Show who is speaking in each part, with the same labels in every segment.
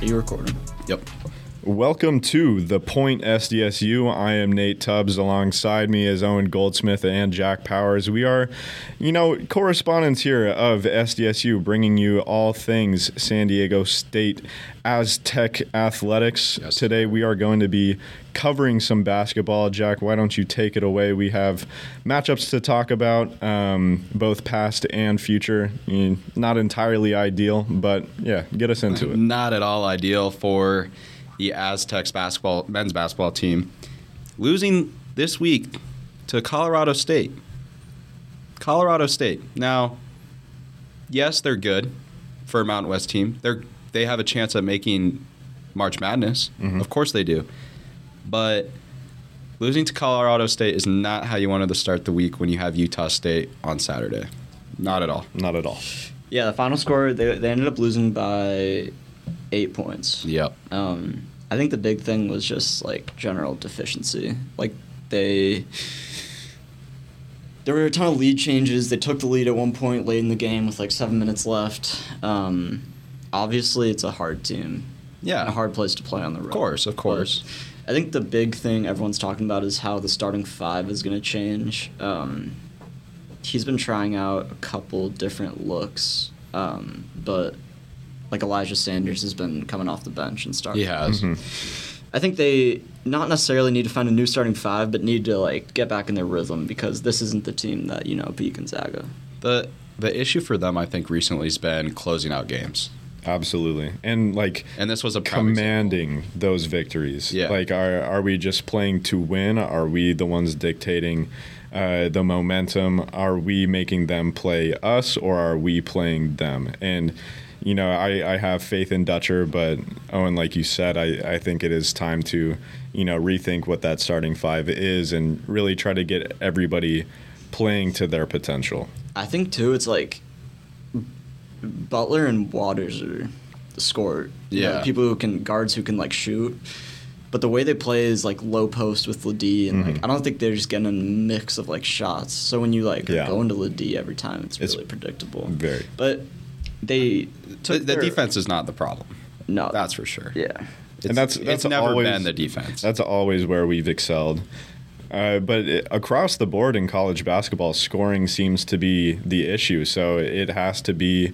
Speaker 1: Are you recording?
Speaker 2: Yep.
Speaker 3: Welcome to the Point SDSU. I am Nate Tubbs. Alongside me is Owen Goldsmith and Jack Powers. We are, you know, correspondents here of SDSU, bringing you all things San Diego State Aztec athletics.
Speaker 2: Yes.
Speaker 3: Today we are going to be covering some basketball. Jack, why don't you take it away? We have matchups to talk about, um, both past and future. I mean, not entirely ideal, but yeah, get us into it.
Speaker 2: Not at all ideal for the Aztecs basketball men's basketball team. Losing this week to Colorado State. Colorado State. Now, yes, they're good for a Mountain West team. They're they have a chance at making March Madness. Of course they do. But losing to Colorado State is not how you wanted to start the week when you have Utah State on Saturday. Not at all.
Speaker 3: Not at all.
Speaker 1: Yeah, the final score they, they ended up losing by eight points.
Speaker 2: Yep.
Speaker 1: Um, I think the big thing was just like general deficiency. Like they, there were a ton of lead changes. They took the lead at one point late in the game with like seven minutes left. Um, obviously, it's a hard team.
Speaker 2: Yeah.
Speaker 1: and a hard place to play on the road.
Speaker 2: Of course, of course.
Speaker 1: But I think the big thing everyone's talking about is how the starting five is going to change. Um, he's been trying out a couple different looks, um, but like Elijah Sanders has been coming off the bench and
Speaker 3: uh,
Speaker 1: starting.
Speaker 2: He has.
Speaker 3: mm-hmm.
Speaker 1: I think they not necessarily need to find a new starting five, but need to like get back in their rhythm because this isn't the team that you know beat Gonzaga.
Speaker 2: The the issue for them, I think, recently has been closing out games,
Speaker 3: Absolutely. And like
Speaker 2: and this was a prime
Speaker 3: commanding those victories.
Speaker 2: Yeah.
Speaker 3: Like are are we just playing to win? Are we the ones dictating uh, the momentum? Are we making them play us or are we playing them? And you know, I, I have faith in Dutcher, but Owen, like you said, I, I think it is time to, you know, rethink what that starting five is and really try to get everybody playing to their potential.
Speaker 1: I think too, it's like Butler and Waters are the score. you know,
Speaker 2: Yeah.
Speaker 1: people who can guards who can like shoot. But the way they play is like low post with Ladie, and
Speaker 2: Mm-hmm.
Speaker 1: like I don't think they're just getting a mix of like shots. So when you like
Speaker 3: Yeah.
Speaker 1: go into Ladie every time, it's,
Speaker 3: It's
Speaker 1: really predictable.
Speaker 3: Very
Speaker 1: But they
Speaker 2: The,
Speaker 1: took
Speaker 2: the
Speaker 1: their-
Speaker 2: defense is not the problem.
Speaker 1: No,
Speaker 2: That's for sure.
Speaker 1: yeah.
Speaker 2: It's,
Speaker 3: And that's-
Speaker 2: it's
Speaker 3: that's
Speaker 2: never
Speaker 3: always-
Speaker 2: been the defense.
Speaker 3: That's always where we've excelled. Uh, but it, across the board in college basketball, scoring seems to be the issue. So it has to be,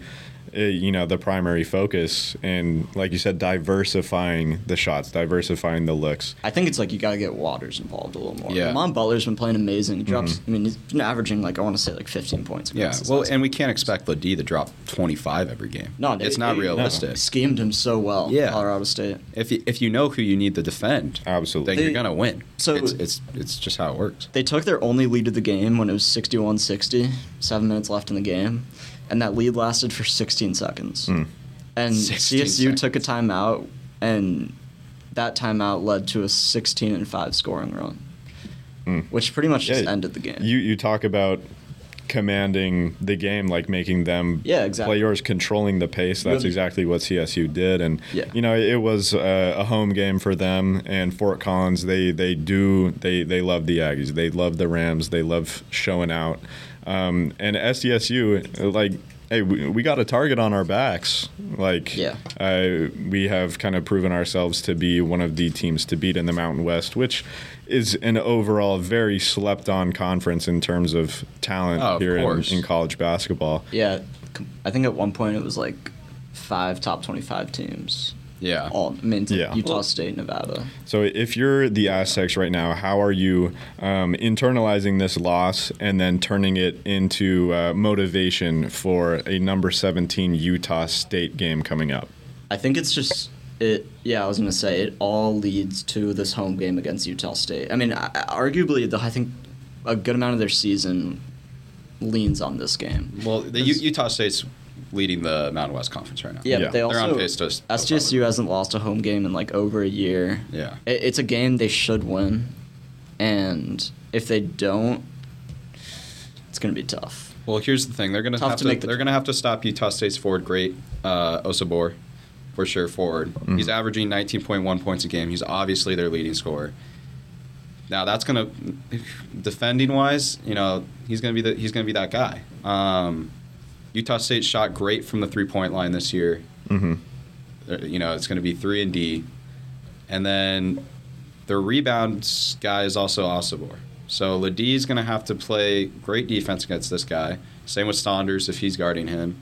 Speaker 3: uh, you know, the primary focus. And like you said, diversifying the shots, diversifying the looks.
Speaker 1: I think it's like you gotta get Waters involved a little more.
Speaker 2: Yeah. Mm-hmm.
Speaker 1: Mom Butler's been playing amazing. He drops. I mean, he's been averaging like I want to say like 15 points. a game
Speaker 2: yeah.
Speaker 1: since
Speaker 2: Well,
Speaker 1: last
Speaker 2: and we can't expect Ladie to drop 25 every game.
Speaker 1: No, they-
Speaker 2: it's not
Speaker 1: they-
Speaker 2: realistic.
Speaker 1: schemed him so well.
Speaker 2: Yeah.
Speaker 1: Colorado State.
Speaker 2: If you, if you know who you need to defend, then
Speaker 3: Absolutely.
Speaker 1: They-
Speaker 2: you're gonna win.
Speaker 1: So-
Speaker 2: it's, it's it's just how it works.
Speaker 1: They took their only lead of the game when it was 61-60, seven minutes left in the game, and that lead lasted for 16 seconds.
Speaker 3: Hmm.
Speaker 1: And
Speaker 2: 16
Speaker 1: CSU took a timeout, and that timeout led to a 16 and five scoring run, which pretty much just
Speaker 3: Hmm. Yeah,
Speaker 1: ended the game.
Speaker 3: You, you talk about commanding the game, like making them
Speaker 1: Yeah, exactly.
Speaker 3: play yours, controlling the pace. That's
Speaker 1: Really-
Speaker 3: exactly what CSU did, and
Speaker 1: Yeah.
Speaker 3: you know it was uh, a home game for them. And Fort Collins, they they do they they love the Aggies, they love the Rams, they love showing out. Um, and SDSU, like, hey, we, we got a target on our backs. Like,
Speaker 1: Yeah.
Speaker 3: uh, we have kind of proven ourselves to be one of the teams to beat in the Mountain West, which is an overall very slept on conference in terms of talent
Speaker 2: Oh, of
Speaker 3: here in,
Speaker 2: course.
Speaker 3: in college basketball.
Speaker 1: yeah, com- I think at one point it was like five top 25 teams.
Speaker 2: Yeah.
Speaker 1: All, I mean, it's like
Speaker 3: Uh, Yeah.
Speaker 1: Utah
Speaker 2: Well-
Speaker 1: State, Nevada.
Speaker 3: So, if you're the Aztecs right now, how are you um, internalizing this loss and then turning it into uh, motivation for a number 17 Utah State game coming up?
Speaker 1: I think it's just it. Yeah, I was gonna say it all leads to this home game against Utah State. I mean, I, I- arguably, the, I think a good amount of their season leans on this game.
Speaker 2: Well, the U- Utah State's leading the Mountain West Conference right now.
Speaker 1: Yeah,
Speaker 3: Yeah.
Speaker 1: but they
Speaker 3: They're
Speaker 1: also
Speaker 2: on pace to s-
Speaker 1: SDSU hasn't lost a home game in like over a year.
Speaker 2: Yeah.
Speaker 1: It, it's a game they should win, and if they don't, it's gonna be tough.
Speaker 2: Well, here's the thing: they're gonna
Speaker 1: Tough
Speaker 2: have
Speaker 1: to
Speaker 2: to,
Speaker 1: make the-
Speaker 2: they're gonna have to stop Utah State's forward great uh, Osabor, for sure. Forward, he's averaging 19.1 points a game. He's obviously their leading scorer. Now that's gonna defending wise, you know, he's gonna be the he's gonna be that guy. Um, Utah State shot great from the three point line this year.
Speaker 3: Mm-hmm.
Speaker 2: Uh, You know, it's going to be three and D, and then the rebounds guy is also Osibor. So Ladie is going to have to play great defense against this guy. Same with Saunders if he's guarding him.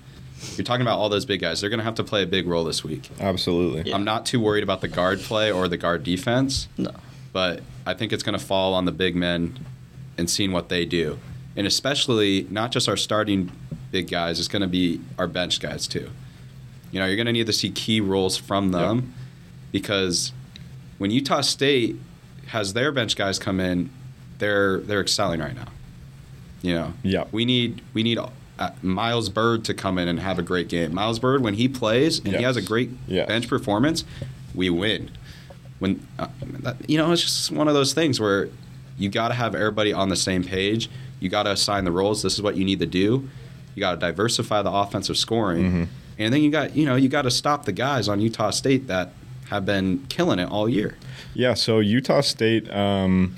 Speaker 2: You're talking about all those big guys. They're going to have to play a big role this week.
Speaker 3: Absolutely.
Speaker 1: Yeah.
Speaker 2: I'm not too worried about the guard play or the guard defense,
Speaker 1: No.
Speaker 2: but I think it's going to fall on the big men and seeing what they do. And especially not just our starting big guys, it's going to be our bench guys too. You know, you're going to need to see key roles from them because when Utah State has their bench guys come in, they're they're excelling right now. You know,
Speaker 3: Yeah.
Speaker 2: we need we need uh, Miles Bird to come in and have a great game. Miles Bird, when he plays and he
Speaker 3: Yes.
Speaker 2: has a great
Speaker 3: Yes.
Speaker 2: bench performance, we win. When uh, that, you know, it's just one of those things where you got to have everybody on the same page. You got to assign the roles. This is what you need to do. You got to diversify the offensive scoring, and then you got you know you got to stop the guys on Utah State that have been killing it all year.
Speaker 3: Yeah, so Utah State, um,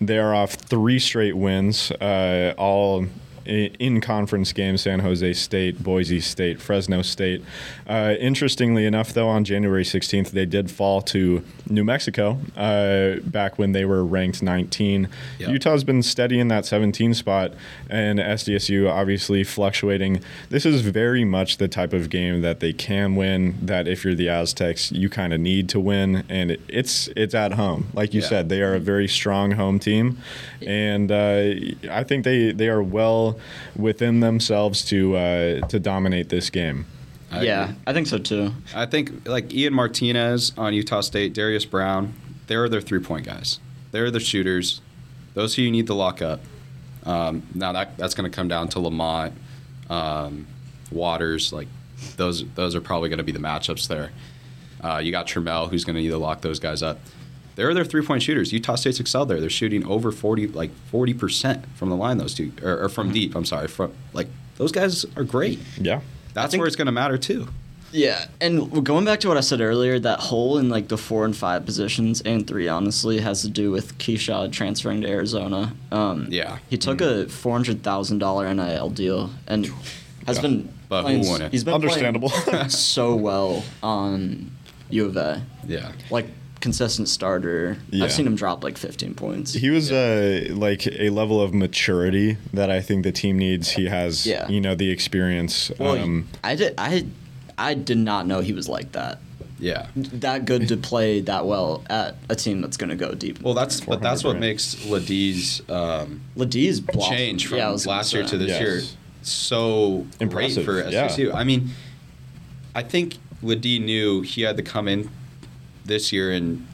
Speaker 3: they are off three straight wins, uh, all i- in conference games San Jose State, Boise State, Fresno State. Uh, interestingly enough, though, on January 16th, they did fall to New Mexico uh, back when they were ranked 19.
Speaker 2: Yeah.
Speaker 3: Utah's been steady in that 17 spot, and SDSU obviously fluctuating. This is very much the type of game that they can win. That if you're the Aztecs, you kind of need to win, and it, it's it's at home. Like you
Speaker 2: Yeah.
Speaker 3: said, they are a very strong home team, and uh, I think they they are well within themselves to uh, to dominate this game.
Speaker 2: I
Speaker 1: yeah,
Speaker 2: agree.
Speaker 1: I think so too.
Speaker 2: I think like Ian Martinez on Utah State, Darius Brown, they're their three point guys. They're the shooters. Those who you need to lock up. Um, now that that's going to come down to Lamont, um, Waters. Like those those are probably going to be the matchups there. Uh, you got Trammell, who's going to need to lock those guys up. They're their three point shooters. Utah State's excelled there. They're shooting over forty, like forty percent from the line. Those two, or, or from deep. I'm sorry, from like those guys are great.
Speaker 3: Yeah.
Speaker 2: That's
Speaker 1: think-
Speaker 2: where it's going to matter too.
Speaker 1: Yeah, and going back to what I said earlier, that hole in like the four and five positions and three honestly has to do with Keyshawn transferring to Arizona. Um,
Speaker 2: Yeah. Mm-hmm.
Speaker 1: he took a four hundred thousand dollar NIL deal and has
Speaker 3: Yeah.
Speaker 1: been
Speaker 2: But who
Speaker 1: playing,
Speaker 2: won it?
Speaker 1: He's been
Speaker 3: Understandable.
Speaker 1: playing so well on U of A,
Speaker 2: Yeah.
Speaker 1: like consistent starter.
Speaker 3: Yeah.
Speaker 1: I've seen him drop like fifteen points.
Speaker 3: He was uh, like a level of maturity that I think the team needs. He has,
Speaker 1: Yeah.
Speaker 3: you know, the experience.
Speaker 1: well,
Speaker 3: um,
Speaker 1: I did I I did not know he was like that.
Speaker 2: Yeah.
Speaker 1: That good to play that well at a team that's going to go deep.
Speaker 2: Well, that's but that's what
Speaker 3: 400 grand.
Speaker 2: makes Ladie's um,
Speaker 1: Ladie's blossom.
Speaker 2: change from
Speaker 1: Yeah, I was gonna
Speaker 2: last year
Speaker 1: say.
Speaker 2: to this
Speaker 3: Yes.
Speaker 2: year so
Speaker 3: Impressive,
Speaker 2: great for
Speaker 3: yeah.
Speaker 2: SDSU. I mean, I think Ladie knew he had to come in this year and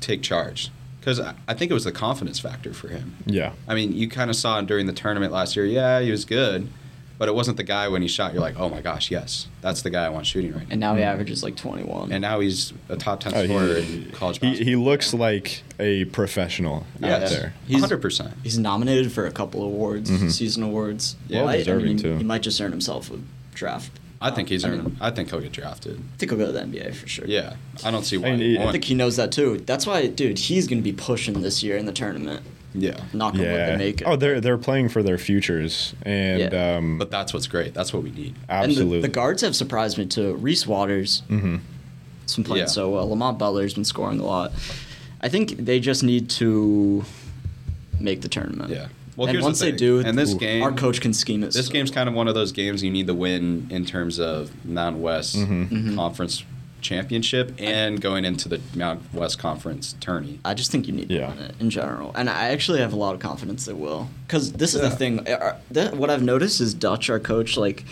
Speaker 2: take charge because I I think it was the confidence factor for him.
Speaker 3: yeah.
Speaker 2: I mean, you kind of saw him during the tournament last year. Yeah, he was good, but it wasn't the guy when he shot. You're like, oh my gosh, yes, that's the guy I want shooting right now.
Speaker 1: And now he averages like 21.
Speaker 2: And now he's a top ten
Speaker 3: Oh, he-
Speaker 2: scorer in college
Speaker 3: He,
Speaker 2: basketball.
Speaker 3: he looks like a professional out
Speaker 1: Yes.
Speaker 3: there.
Speaker 1: He's-
Speaker 2: 100%.
Speaker 1: he's nominated for a couple awards, season awards.
Speaker 2: Yeah. Well
Speaker 1: I- I
Speaker 3: deserving,
Speaker 1: mean,
Speaker 3: too.
Speaker 1: He might just earn himself a draft.
Speaker 2: I think he's
Speaker 1: I
Speaker 2: earned.
Speaker 1: mean-
Speaker 2: I think he'll get drafted.
Speaker 1: I think he'll go to the NBA for sure.
Speaker 2: Yeah, I don't see why.
Speaker 3: And
Speaker 2: he
Speaker 3: it-
Speaker 1: I
Speaker 2: won't.
Speaker 1: think he knows that too. That's why, dude, he's going to be pushing this year in the tournament.
Speaker 2: yeah,
Speaker 1: Not going to let
Speaker 3: Yeah.
Speaker 1: them make it.
Speaker 3: Oh, they're they're playing for their futures, and
Speaker 1: Yeah.
Speaker 3: um,
Speaker 2: but that's what's great. That's what we need.
Speaker 3: absolutely.
Speaker 1: And the, the guards have surprised me too. Reese Waters
Speaker 3: Mm-hmm.
Speaker 1: has been playing
Speaker 2: Yeah.
Speaker 1: so well. Lamont Butler's been scoring a lot. I think they just need to make the tournament.
Speaker 2: Yeah. Well,
Speaker 1: and
Speaker 2: here's
Speaker 1: once
Speaker 2: the
Speaker 1: they
Speaker 2: thing.
Speaker 1: do,
Speaker 2: Uh, and this
Speaker 1: ooh,
Speaker 2: game,
Speaker 1: our coach can scheme it.
Speaker 2: this
Speaker 1: so
Speaker 2: game's
Speaker 1: well.
Speaker 2: kind of one of those games you need to win in terms of Mountain West
Speaker 3: Mm-hmm.
Speaker 1: Mm-hmm.
Speaker 2: Mm-hmm. Conference Championship and going into the Mountain West Conference tourney.
Speaker 1: I just think you need
Speaker 3: Yeah.
Speaker 1: to win it in general, and I actually have a lot of confidence they will. Because this is
Speaker 2: Yeah.
Speaker 1: the thing. uh, uh, that- what I've noticed is Dutch, our coach, like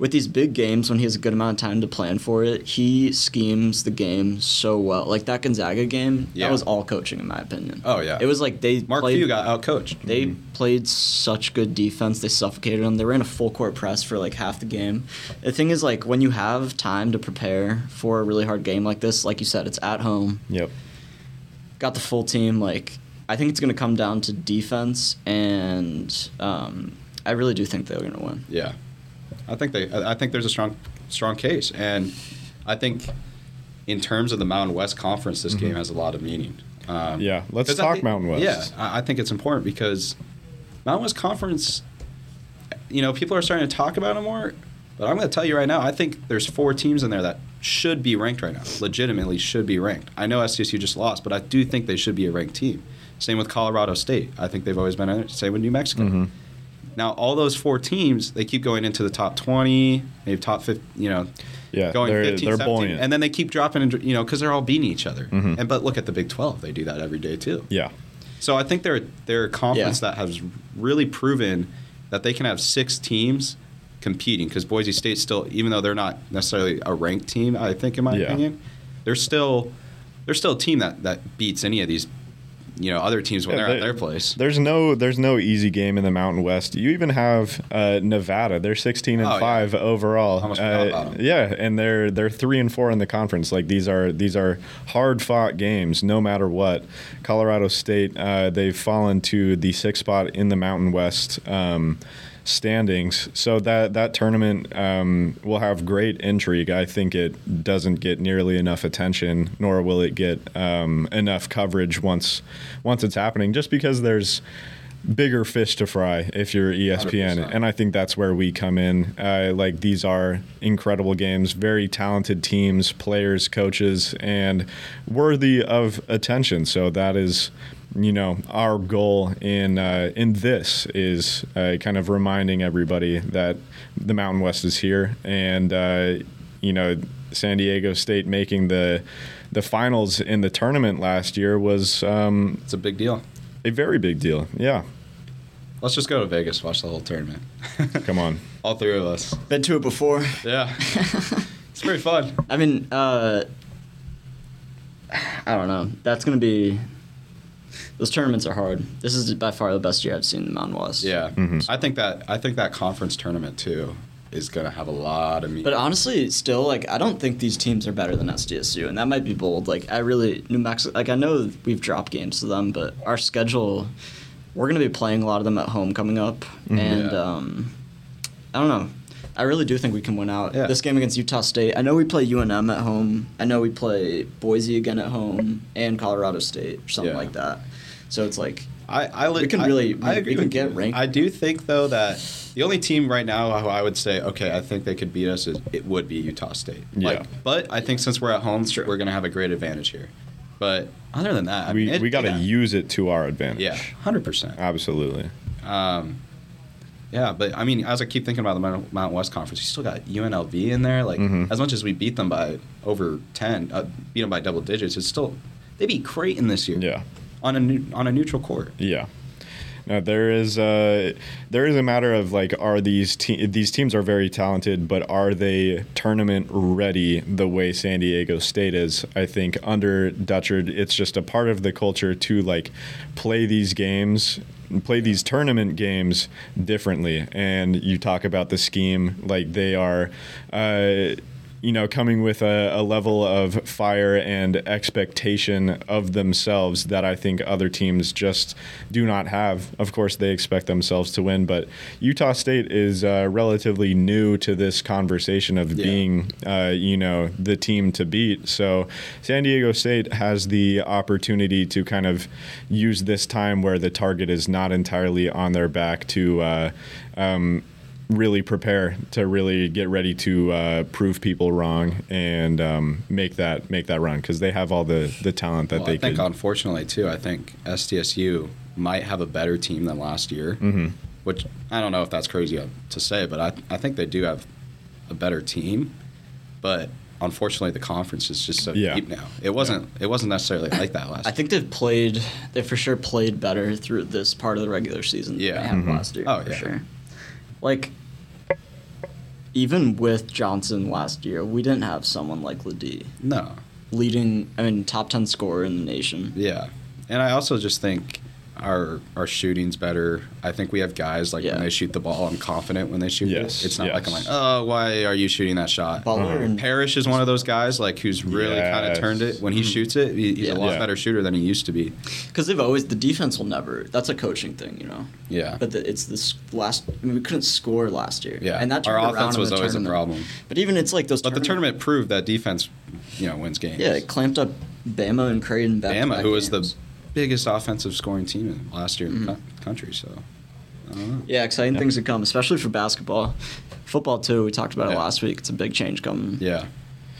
Speaker 1: with these big games when he has a good amount of time to plan for it, he schemes the game so well. Like that Gonzaga game,
Speaker 2: Yeah.
Speaker 1: that was all coaching, in my opinion.
Speaker 2: Oh, yeah.
Speaker 1: it was like they
Speaker 2: Mark
Speaker 1: played.
Speaker 2: Few got Mm-hmm. out coached.
Speaker 1: they played such good defense. They suffocated them. They ran a full court press for like half the game. The thing is, like when you have time to prepare for a really hard game like this, like you said, it's at home
Speaker 3: yep.
Speaker 1: got the full team. Like I think it's going to come down to defense, and um, I really do think they're going to win.
Speaker 2: Yeah, I think they. I I think there's a strong, strong case, and I think in terms of the Mountain West Conference, this game has a lot of meaning. Um,
Speaker 3: Yeah, let's
Speaker 2: 'cause I
Speaker 3: talk
Speaker 2: think-
Speaker 3: Mountain West.
Speaker 2: Yeah, I, I think it's important because Mountain West Conference. You know, people are starting to talk about it more, but I'm going to tell you right now. I think there's four teams in there that should be ranked right now. Legitimately should be ranked. I know SDSU just lost, but I do think they should be a ranked team. Same with Colorado State. I think they've always been. a- Same with New Mexico.
Speaker 3: Mm-hmm.
Speaker 2: Now all those four teams, they keep going into the top twenty, maybe top 50, You know,
Speaker 3: Yeah,
Speaker 2: going
Speaker 3: they're-
Speaker 2: 15,
Speaker 3: they're
Speaker 2: 17,
Speaker 3: buoyant. Mm-hmm.
Speaker 2: and then they keep dropping. And, dr- you know, because they're all beating each other. And but look at the Big Twelve; they do that every day too.
Speaker 3: Yeah.
Speaker 2: So I think they're they're a conference that has really proven that they can have six teams competing because Boise State still, even though they're not necessarily a ranked team, I think in my
Speaker 3: Yeah.
Speaker 2: opinion, they're still they're still a team that that beats any of these you know other teams when
Speaker 3: Yeah,
Speaker 2: they're
Speaker 3: they-
Speaker 2: at their place.
Speaker 3: There's no there's no easy game in the Mountain West. You even have uh, Nevada. They're 16 and
Speaker 2: Oh, yeah.
Speaker 3: 5 overall.
Speaker 2: Almost forgot
Speaker 3: Uh,
Speaker 2: about 'em.
Speaker 3: yeah, and they're they're 3 and 4 in the conference. Like these are these are hard-fought games no matter what. Colorado State uh, they've fallen to the 6th spot in the Mountain West. Um, standings so that that tournament um, will have great intrigue i think it doesn't get nearly enough attention nor will it get um, enough coverage once once it's happening just because there's bigger fish to fry if you're E ESPN.
Speaker 2: 100%.
Speaker 3: And I think that's where we come in. Uh, like these are incredible games, very talented teams, players, coaches, and worthy of attention. So that is. You know, our goal in uh, in this is uh, kind of reminding everybody that the Mountain West is here, and uh, you know San Diego State making the the finals in the tournament last year was um,
Speaker 2: It's a big deal.
Speaker 3: a very big deal. Yeah,
Speaker 2: Let's just go to Vegas, watch the whole tournament,
Speaker 3: come on.
Speaker 2: all three of us.
Speaker 1: Been to it before.
Speaker 2: Yeah, it's pretty fun.
Speaker 1: I mean, uh, I don't know. That's gonna be. Those tournaments are hard. This is by far the best year I've seen the Mountain West.
Speaker 2: Yeah,
Speaker 3: Mm-hmm.
Speaker 2: I think that I think that conference tournament too is gonna have a lot of meat.
Speaker 1: But honestly, still, like I don't think these teams are better than SDSU, and that might be bold. Like I really New Mexico, like I know we've dropped games to them, but our schedule, we're gonna be playing a lot of them at home coming up, and
Speaker 2: Mm-hmm. Yeah.
Speaker 1: um, I don't know. I really do think we can win out
Speaker 2: Yeah.
Speaker 1: this game against Utah State. I know we play UNM at home. I know we play Boise again at home and Colorado State or something
Speaker 2: Yeah.
Speaker 1: like that. So it's like
Speaker 2: I, I li-
Speaker 1: We can
Speaker 2: I-
Speaker 1: really-
Speaker 2: I
Speaker 1: we-
Speaker 2: agree
Speaker 1: we can
Speaker 2: with
Speaker 1: get
Speaker 2: you.
Speaker 1: ranked.
Speaker 2: I do think though that the only team right now who I would say okay, I think they could beat us is it would be Utah State.
Speaker 3: Yeah.
Speaker 2: Like, but I think since we're at home, we're gonna have a great advantage here. But other than that, I
Speaker 3: we
Speaker 2: mean, it-
Speaker 3: we got to
Speaker 2: yeah.
Speaker 3: use it to our advantage.
Speaker 2: Yeah, hundred percent.
Speaker 3: absolutely.
Speaker 2: Um, yeah, but I mean, as I keep thinking about the Mount Mountain West Conference, you still got UNLV in there. Like,
Speaker 3: Mhm.
Speaker 2: as much as we beat them by over ten, uh, beat them by double digits, it's still they beat Creighton this year.
Speaker 3: Yeah.
Speaker 2: on a new, on a neutral court.
Speaker 3: Yeah. No, there is a there is a matter of like, are these te- these teams are very talented, but are they tournament ready the way San Diego State is? I think under Dutchard, it's just a part of the culture to like play these games, play these tournament games differently. And you talk about the scheme, like they are. Uh, you know, coming with a, a level of fire and expectation of themselves that I think other teams just do not have. Of course, they expect themselves to win, but Utah State is uh, relatively new to this conversation of
Speaker 2: Yeah.
Speaker 3: being, uh, you know, the team to beat. So San Diego State has the opportunity to kind of use this time where the target is not entirely on their back to. Uh, um, really prepare to really get ready to uh, prove people wrong and um, make that make that run because they have all the the talent that
Speaker 2: Well,
Speaker 3: they
Speaker 2: I think,
Speaker 3: could.
Speaker 2: unfortunately, too, I think SDSU might have a better team than last year,
Speaker 3: Mm-hmm.
Speaker 2: which I don't know if that's crazy to say, but I, I think they do have a better team. But unfortunately, the conference is just so
Speaker 3: Yeah.
Speaker 2: deep now. It wasn't it wasn't necessarily like that last.
Speaker 1: I think they've played. They for sure played better through this part of the regular season than
Speaker 2: Yeah.
Speaker 1: they had
Speaker 2: Mhm.
Speaker 1: last year.
Speaker 2: Oh,
Speaker 1: for
Speaker 2: yeah.
Speaker 1: sure. Like, even with Johnson last year, we didn't have someone like Ladie
Speaker 2: year. no.
Speaker 1: leading. I mean, top ten scorer in the nation.
Speaker 2: Yeah, and I also just think our our shooting's better. I think we have guys like
Speaker 1: Yeah.
Speaker 2: when they shoot the ball, I'm confident when they shoot.
Speaker 3: Yes,
Speaker 2: it. it's not like I'm
Speaker 3: yes.
Speaker 2: like, oh, why are you shooting that shot?
Speaker 1: Butler
Speaker 3: Uh-huh.
Speaker 1: and
Speaker 2: Parrish is one of those guys like who's really kind
Speaker 3: Yes. Mm-hmm.
Speaker 2: of turned it when he shoots it. He, he's
Speaker 1: Yeah.
Speaker 2: a lot
Speaker 3: Yeah.
Speaker 2: better shooter than he used to be.
Speaker 1: because they've always the defense will never. That's a coaching thing, you know.
Speaker 2: Yeah,
Speaker 1: But the, it's this last. I mean, we couldn't score last year.
Speaker 2: yeah.
Speaker 1: and that
Speaker 2: our
Speaker 1: turned around
Speaker 2: offense
Speaker 1: in
Speaker 2: was
Speaker 1: the
Speaker 2: always
Speaker 1: tournament.
Speaker 2: a problem.
Speaker 1: But even it's like those.
Speaker 2: But the tournament proved that defense, you know, wins games.
Speaker 1: Yeah, it clamped up Bama and Creighton. Back
Speaker 2: Bama, who was the biggest offensive scoring team in last year in the
Speaker 1: Mhm.
Speaker 2: co- country, so. I don't know.
Speaker 1: Yeah, exciting
Speaker 3: Yeah.
Speaker 1: things to come, especially for basketball. Football too. We talked about it
Speaker 2: Yeah.
Speaker 1: last week. It's a big change coming.
Speaker 2: Yeah.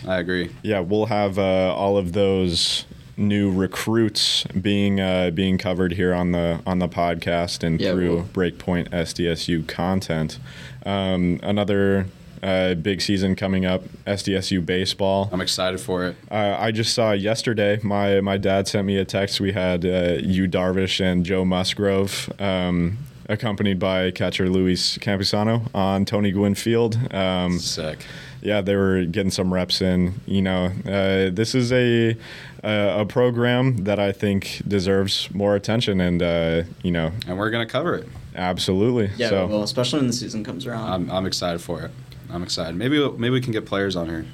Speaker 2: I agree.
Speaker 3: yeah, we'll have uh, all of those new recruits being uh, being covered here on the on the podcast and
Speaker 1: Yeah,
Speaker 3: through
Speaker 1: we'll-
Speaker 3: Breakpoint SDSU content. Um, another uh, big season coming up, SDSU baseball.
Speaker 2: I'm excited for it.
Speaker 3: Uh, I just saw yesterday. My my dad sent me a text. We had uh, you Darvish and Joe Musgrove, um, accompanied by catcher Luis Campisano on Tony Gwynn Field. Um,
Speaker 2: Sick.
Speaker 3: yeah, they were getting some reps in. You know, uh, this is a a a program that I think deserves more attention, and uh, you know,
Speaker 2: And we're gonna cover it.
Speaker 3: absolutely.
Speaker 1: Yeah,
Speaker 3: so
Speaker 1: well, especially when the season comes around.
Speaker 2: I'm, I'm excited for it. I'm excited. Maybe we'll- maybe we can get players on here.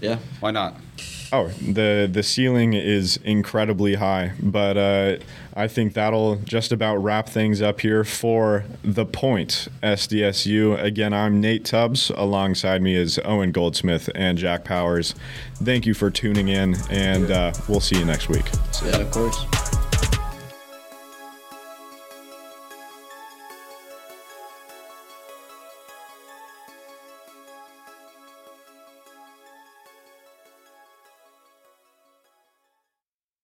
Speaker 1: yeah,
Speaker 2: Why not?
Speaker 3: oh, the the ceiling is incredibly high, but uh, I think that'll just about wrap things up here for the point SDSU. Again, I'm Nate Tubbs. Alongside me is Owen Goldsmith and Jack Powers. Thank you for tuning in, and uh, we'll see you next week.
Speaker 1: yeah, of course.